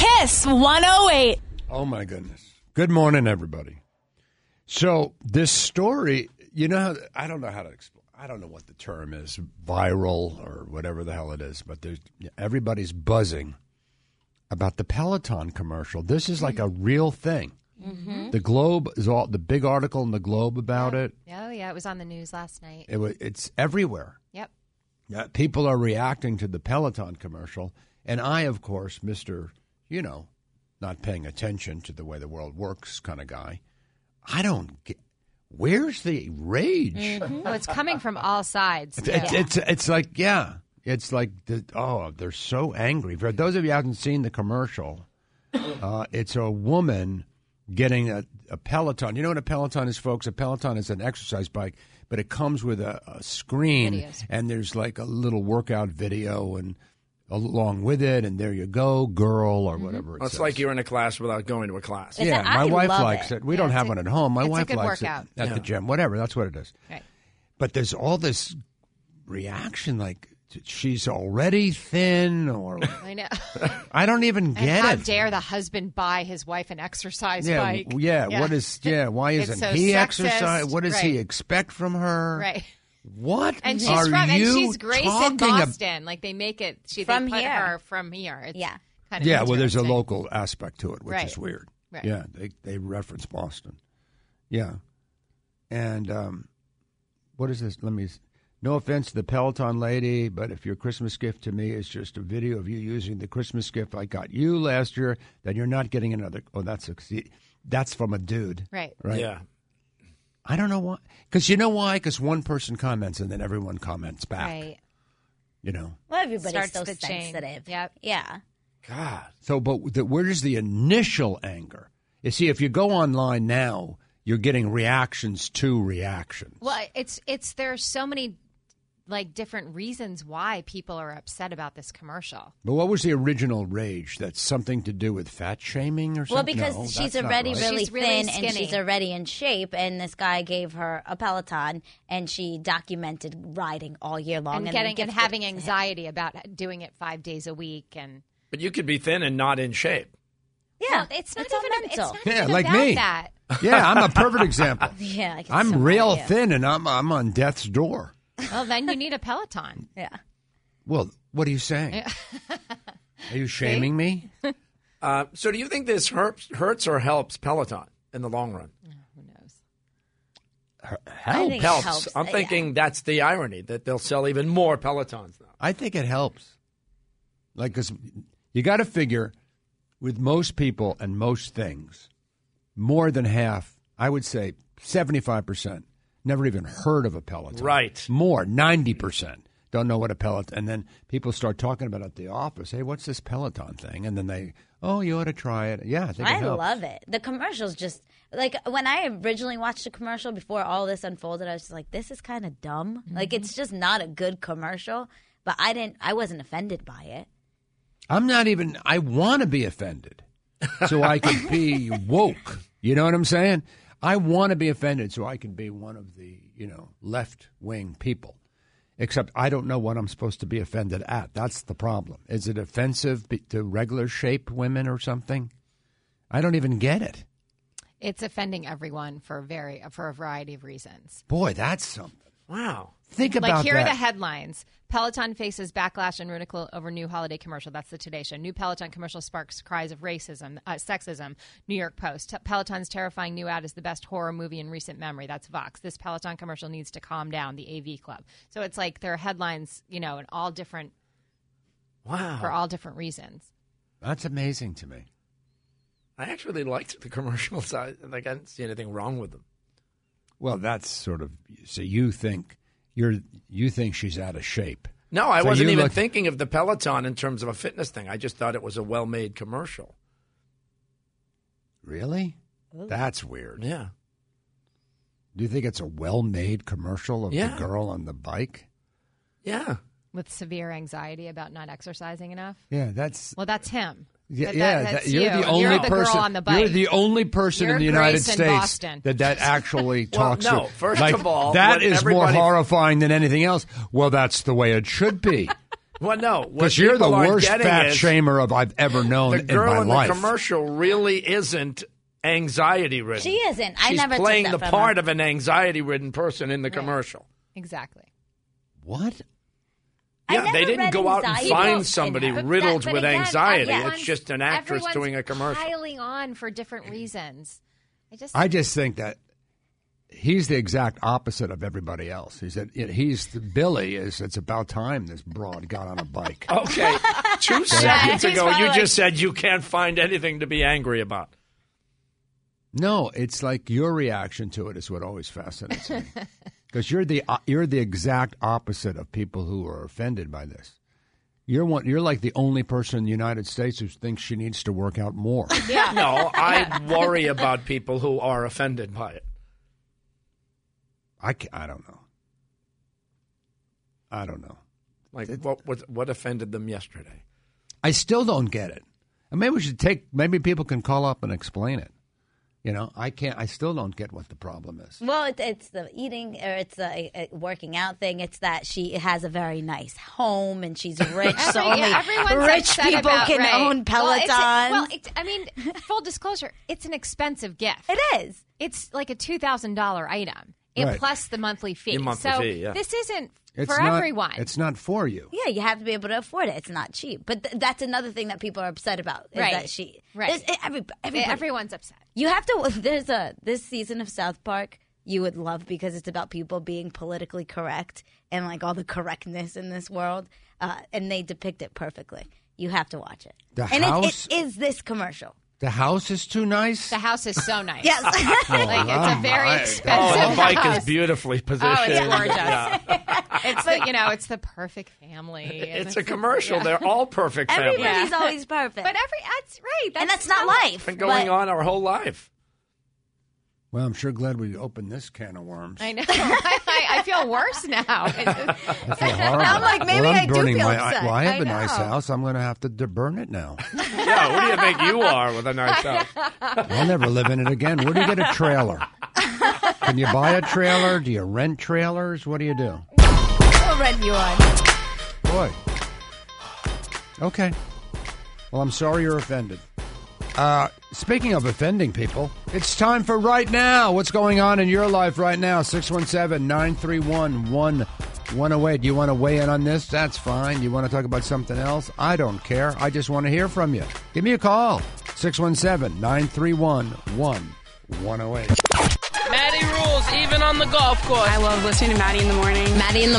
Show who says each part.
Speaker 1: Yes, 108.
Speaker 2: Oh my goodness. Good morning, everybody. So this story, you know, how- I don't know how to explain. I don't know what the term is, viral or whatever the hell it is, but there's everybody's buzzing about the Peloton commercial. This is like a real thing. The Globe is all the big article in the Globe about it.
Speaker 3: Oh yeah, it was on the news last night.
Speaker 2: It was it's everywhere.
Speaker 3: Yep.
Speaker 2: Yeah, people are reacting to the Peloton commercial, and I, of course, Mister, you know, not paying attention to the way the world works, kind of guy. I don't get. Where's the rage?
Speaker 3: Oh, it's coming from all sides.
Speaker 2: It's,
Speaker 3: too.
Speaker 2: it's, it's it's like yeah, it's like the, oh, they're so angry. For those of you who haven't seen the commercial, uh, it's a woman getting a, a Peloton. You know what a Peloton is, folks? A Peloton is an exercise bike, but it comes with a, a screen, and there's like a little workout video and along with it, and there you go, girl,
Speaker 3: Mm-hmm.
Speaker 2: or whatever. It
Speaker 4: It's
Speaker 2: says.
Speaker 4: like you're in a class without going to a class.
Speaker 1: It's
Speaker 2: yeah,
Speaker 1: I
Speaker 2: my wife
Speaker 1: love
Speaker 2: likes
Speaker 1: it.
Speaker 2: it. We don't have one at home. My
Speaker 3: it's a
Speaker 2: wife
Speaker 3: good
Speaker 2: likes
Speaker 3: workout.
Speaker 2: it at the gym. Whatever, that's what it is.
Speaker 3: Right.
Speaker 2: But there's all this reaction, like t- she's already thin, or
Speaker 3: I know.
Speaker 2: I don't even
Speaker 3: And
Speaker 2: get
Speaker 3: how
Speaker 2: it.
Speaker 3: dare the husband buy his wife an exercise
Speaker 2: yeah,
Speaker 3: bike?
Speaker 2: w- yeah, What is? Yeah. Why
Speaker 3: It's
Speaker 2: isn't
Speaker 3: so
Speaker 2: he
Speaker 3: sexist.
Speaker 2: exercise? What does he
Speaker 3: Right.
Speaker 2: expect from her?
Speaker 3: right?
Speaker 2: What
Speaker 3: And she's
Speaker 2: are
Speaker 3: from and
Speaker 2: you
Speaker 3: she's Grace in
Speaker 2: talking ab-
Speaker 3: Boston. Like they make it. She
Speaker 1: From
Speaker 3: they put
Speaker 1: here.
Speaker 3: her from here. It's
Speaker 1: Yeah.
Speaker 3: Kind of
Speaker 2: Yeah, well, there's a
Speaker 3: interesting.
Speaker 2: local aspect to it, which is
Speaker 3: Right.
Speaker 2: weird.
Speaker 3: Right.
Speaker 2: Yeah, they they reference Boston. Yeah, and um, what is this? Let me. s- No offense to the Peloton lady, but if your Christmas gift to me is just a video of you using the Christmas gift I got you last year, then you're not getting another. Oh, that's a, see, that's from a dude,
Speaker 3: Right.
Speaker 2: right?
Speaker 4: Yeah.
Speaker 2: I don't know why, because you know why? Because one person comments and then everyone comments back.
Speaker 3: Right.
Speaker 2: You know.
Speaker 1: Well, everybody's
Speaker 3: Starts
Speaker 1: so
Speaker 3: the chain.
Speaker 1: sensitive.
Speaker 3: Yep.
Speaker 1: Yeah.
Speaker 4: God.
Speaker 2: So, but the, where does the initial anger? You see, if you go online now, you're getting reactions to reactions.
Speaker 3: Well, it's it's there are so many like different reasons why people are upset about this commercial.
Speaker 2: But what was the original rage? That's something to do with fat shaming or something?
Speaker 1: Well, because
Speaker 2: No, that's
Speaker 1: she's
Speaker 2: not
Speaker 1: already
Speaker 2: right.
Speaker 1: really
Speaker 3: She's really
Speaker 1: thin and
Speaker 3: skinny.
Speaker 1: she's already in shape, and this guy gave her a Peloton, and she documented riding all year long
Speaker 3: and
Speaker 1: then
Speaker 3: getting and
Speaker 1: gifted
Speaker 3: having
Speaker 1: it to him.
Speaker 3: anxiety about doing it five days a week and
Speaker 4: But you could be thin and not in shape.
Speaker 1: Yeah,
Speaker 3: Well, it's not
Speaker 1: all
Speaker 3: even a-
Speaker 1: mental.
Speaker 3: it's not
Speaker 2: Yeah,
Speaker 3: even
Speaker 2: like
Speaker 3: about
Speaker 2: me.
Speaker 3: that
Speaker 2: yeah, I'm a perfect example.
Speaker 1: yeah, I can
Speaker 2: I'm
Speaker 1: still
Speaker 2: real
Speaker 1: buy you.
Speaker 2: thin and I'm I'm on death's door.
Speaker 3: well then you need a peloton
Speaker 1: Yeah.
Speaker 2: Well, what are you saying? Are you shaming me?
Speaker 4: Uh, so do you think this hurts, hurts or helps Peloton in the long run?
Speaker 3: who knows
Speaker 1: I think it
Speaker 4: helps.
Speaker 1: helps.
Speaker 4: I'm
Speaker 1: Uh,
Speaker 4: thinking that's the irony that they'll sell even more Pelotons now.
Speaker 2: I think it helps. Like, 'cause you got to figure with most people and most things, more than half, I would say 75%, never even heard of a Peloton.
Speaker 4: Right.
Speaker 2: More, 90%. Don't know what a Peloton. And then people start talking about it at the office. Hey, what's this Peloton thing? And then they, oh, you ought to try it. Yeah, I think it
Speaker 1: I
Speaker 2: helps.
Speaker 1: love it. The commercials just like when I originally watched the commercial before all this unfolded, I was just like, "This is kind of dumb. Like,
Speaker 3: Mm-hmm.
Speaker 1: it's just not a good commercial." But I didn't. I wasn't offended by it.
Speaker 2: I'm not even. I want to be offended, so I can be woke. You know what I'm saying? I want to be offended, so I can be one of the you know left wing people. Except I don't know what I'm supposed to be offended at. That's the problem. Is it offensive be- to regular shape women or something? I don't even get it.
Speaker 3: it's offending everyone for very for a variety of reasons
Speaker 2: Boy, that's something.
Speaker 4: Wow.
Speaker 2: Think about
Speaker 3: like here
Speaker 2: that.
Speaker 3: are the headlines peloton faces backlash and ridicule over new holiday commercial that's the today show new peloton commercial sparks cries of racism uh, sexism new york post peloton's terrifying new ad is the best horror movie in recent memory that's vox this peloton commercial needs to calm down the av club so it's like there are headlines you know in all different
Speaker 4: Wow.
Speaker 2: Uh-huh.
Speaker 3: for all different reasons
Speaker 2: that's amazing to me.
Speaker 4: I actually liked the commercials. I, like, I didn't see anything wrong with them.
Speaker 2: Well, that's sort of. So you think you're you think she's out of shape?
Speaker 4: No, I
Speaker 2: So
Speaker 4: wasn't
Speaker 2: you
Speaker 4: even
Speaker 2: look-
Speaker 4: thinking of the Peloton in terms of a fitness thing. I just thought it was a well made commercial.
Speaker 2: Really? That's weird.
Speaker 4: Yeah.
Speaker 2: Do you think it's a well-made commercial of
Speaker 4: Yeah.
Speaker 2: the girl on the bike?
Speaker 4: Yeah.
Speaker 3: with severe anxiety about not exercising enough.
Speaker 2: Yeah, that's
Speaker 3: Well, that's him.
Speaker 2: yeah.
Speaker 3: But that-
Speaker 2: yeah
Speaker 3: that's
Speaker 2: that- you're
Speaker 3: you.
Speaker 2: the only
Speaker 3: you're
Speaker 2: person.
Speaker 3: girl on the bike.
Speaker 2: You're the only person
Speaker 3: You're
Speaker 2: in the United
Speaker 3: Grace in
Speaker 2: States
Speaker 3: Boston.
Speaker 2: that that actually
Speaker 4: Well,
Speaker 2: talks.
Speaker 4: no,
Speaker 2: to.
Speaker 4: first
Speaker 2: Like,
Speaker 4: of all,
Speaker 2: that
Speaker 4: what
Speaker 2: is more
Speaker 4: everybody-
Speaker 2: horrifying than anything else. Well, that's the way it should be.
Speaker 4: Well, no, what
Speaker 2: Because you're the
Speaker 4: people aren't
Speaker 2: worst
Speaker 4: getting
Speaker 2: fat
Speaker 4: is
Speaker 2: shamer of I've ever known
Speaker 4: The girl
Speaker 2: in my
Speaker 4: in,
Speaker 2: life.
Speaker 4: the commercial really isn't anxiety ridden.
Speaker 1: She isn't. I
Speaker 4: She's
Speaker 1: never took
Speaker 4: playing
Speaker 1: that
Speaker 4: the
Speaker 1: from
Speaker 4: part
Speaker 1: her.
Speaker 4: of an anxiety ridden person in the commercial.
Speaker 3: Exactly.
Speaker 2: What?
Speaker 1: I
Speaker 4: Yeah, they
Speaker 1: never
Speaker 4: didn't
Speaker 1: read
Speaker 4: go out and
Speaker 1: anxiety in her.
Speaker 4: find somebody
Speaker 1: But
Speaker 4: riddled
Speaker 3: But- but
Speaker 4: with
Speaker 3: again,
Speaker 4: anxiety.
Speaker 3: everyone's-
Speaker 4: It's just an actress
Speaker 3: everyone's
Speaker 4: doing a commercial.
Speaker 3: Piling on for different reasons. I just
Speaker 2: I just think that he's the exact opposite of everybody else. He's that he's Billy is. It's about time this broad got on a bike.
Speaker 4: Okay, two
Speaker 1: Yeah,
Speaker 4: seconds
Speaker 1: he's
Speaker 4: ago,
Speaker 1: probably
Speaker 4: you
Speaker 1: like-
Speaker 4: just said you can't find anything to be angry about.
Speaker 2: No, it's like your reaction to it is what always fascinates me. Because you're the uh, you're the exact opposite of people who are offended by this. You're one. You're like the only person in the United States who thinks she needs to work out more.
Speaker 4: No, I worry about people who are offended by it.
Speaker 2: I, ca- I don't know. I don't know.
Speaker 4: Like what what, what offended them yesterday?
Speaker 2: I still don't get it. And maybe we should take. Maybe people can call up and explain it. You know, I can't. I still don't get what the problem is.
Speaker 3: Mm,
Speaker 1: Well, it, it's the eating or it's the uh, working out thing. It's that she has a very nice home and she's rich, so
Speaker 3: Every-
Speaker 1: only
Speaker 3: yeah, everyone's
Speaker 1: rich
Speaker 3: upset
Speaker 1: people
Speaker 3: about-
Speaker 1: can
Speaker 3: right.
Speaker 1: own
Speaker 3: Well,
Speaker 1: Pelotons.
Speaker 3: it's- Well, it's, I mean, full disclosure, it's an expensive gift.
Speaker 1: it is.
Speaker 3: It's like a two thousand dollar item, it
Speaker 2: Right.
Speaker 3: plus the monthly fee.
Speaker 4: The monthly
Speaker 3: so
Speaker 4: fee, yeah.
Speaker 3: this isn't
Speaker 2: It's
Speaker 3: for
Speaker 2: not,
Speaker 3: everyone.
Speaker 2: It's not for you.
Speaker 1: Yeah, you have to be able to afford it. It's not cheap, but th- that's another thing that people are upset about. Is
Speaker 3: Right.
Speaker 1: That she.
Speaker 3: Right.
Speaker 1: there's- eh, Every, everybody-
Speaker 3: Everyone's upset.
Speaker 1: You have to. There's a this season of South Park you would love because it's about people being politically correct and like all the correctness in this world, uh, and they depict it perfectly. You have to watch it.
Speaker 2: The
Speaker 1: and it-
Speaker 2: house-
Speaker 1: it is this commercial.
Speaker 2: The house is too nice.
Speaker 3: The house is so nice.
Speaker 1: Yes.
Speaker 3: like it's
Speaker 2: Oh,
Speaker 3: a very
Speaker 2: my
Speaker 3: expensive.
Speaker 4: Oh, the bike
Speaker 3: house.
Speaker 4: is beautifully positioned.
Speaker 3: Oh, it's gorgeous.
Speaker 4: Yeah.
Speaker 3: It's the, you know, it's the perfect family. and
Speaker 4: It's a commercial. They're all perfect families.
Speaker 1: Everybody's always perfect.
Speaker 3: But every that's right. That's
Speaker 1: and that's not
Speaker 3: so-
Speaker 1: life.
Speaker 4: Been going
Speaker 1: but-
Speaker 4: on our whole life.
Speaker 2: Well, I'm sure glad we opened this can of worms.
Speaker 3: I know. I, I- I feel worse now.
Speaker 2: I feel horrible.
Speaker 1: I'm like, maybe
Speaker 2: well, I'm
Speaker 1: I do
Speaker 2: burning
Speaker 1: feel
Speaker 2: my,
Speaker 1: upset.
Speaker 2: well, I have
Speaker 3: I
Speaker 2: a nice
Speaker 3: know.
Speaker 2: house. I'm going to have to de- burn it now.
Speaker 4: Yeah, what do you think you are with a nice house?
Speaker 2: I'll never live in it again. Where do you get a trailer? Can you buy a trailer? Do you rent trailers? What do you do?
Speaker 1: We'll rent you on.
Speaker 2: Boy. Okay. Well, I'm sorry you're offended. Uh, speaking of offending people, it's time for right now. What's going on in your life right now? 617 931 1108. You want to weigh in on this? That's fine. You want to talk about something else? I don't care. I just want to hear from you. Give me a call 617 931 1108.
Speaker 5: Maddie rules even on the golf course.
Speaker 6: I love listening to Maddie in the morning.
Speaker 7: Maddie in the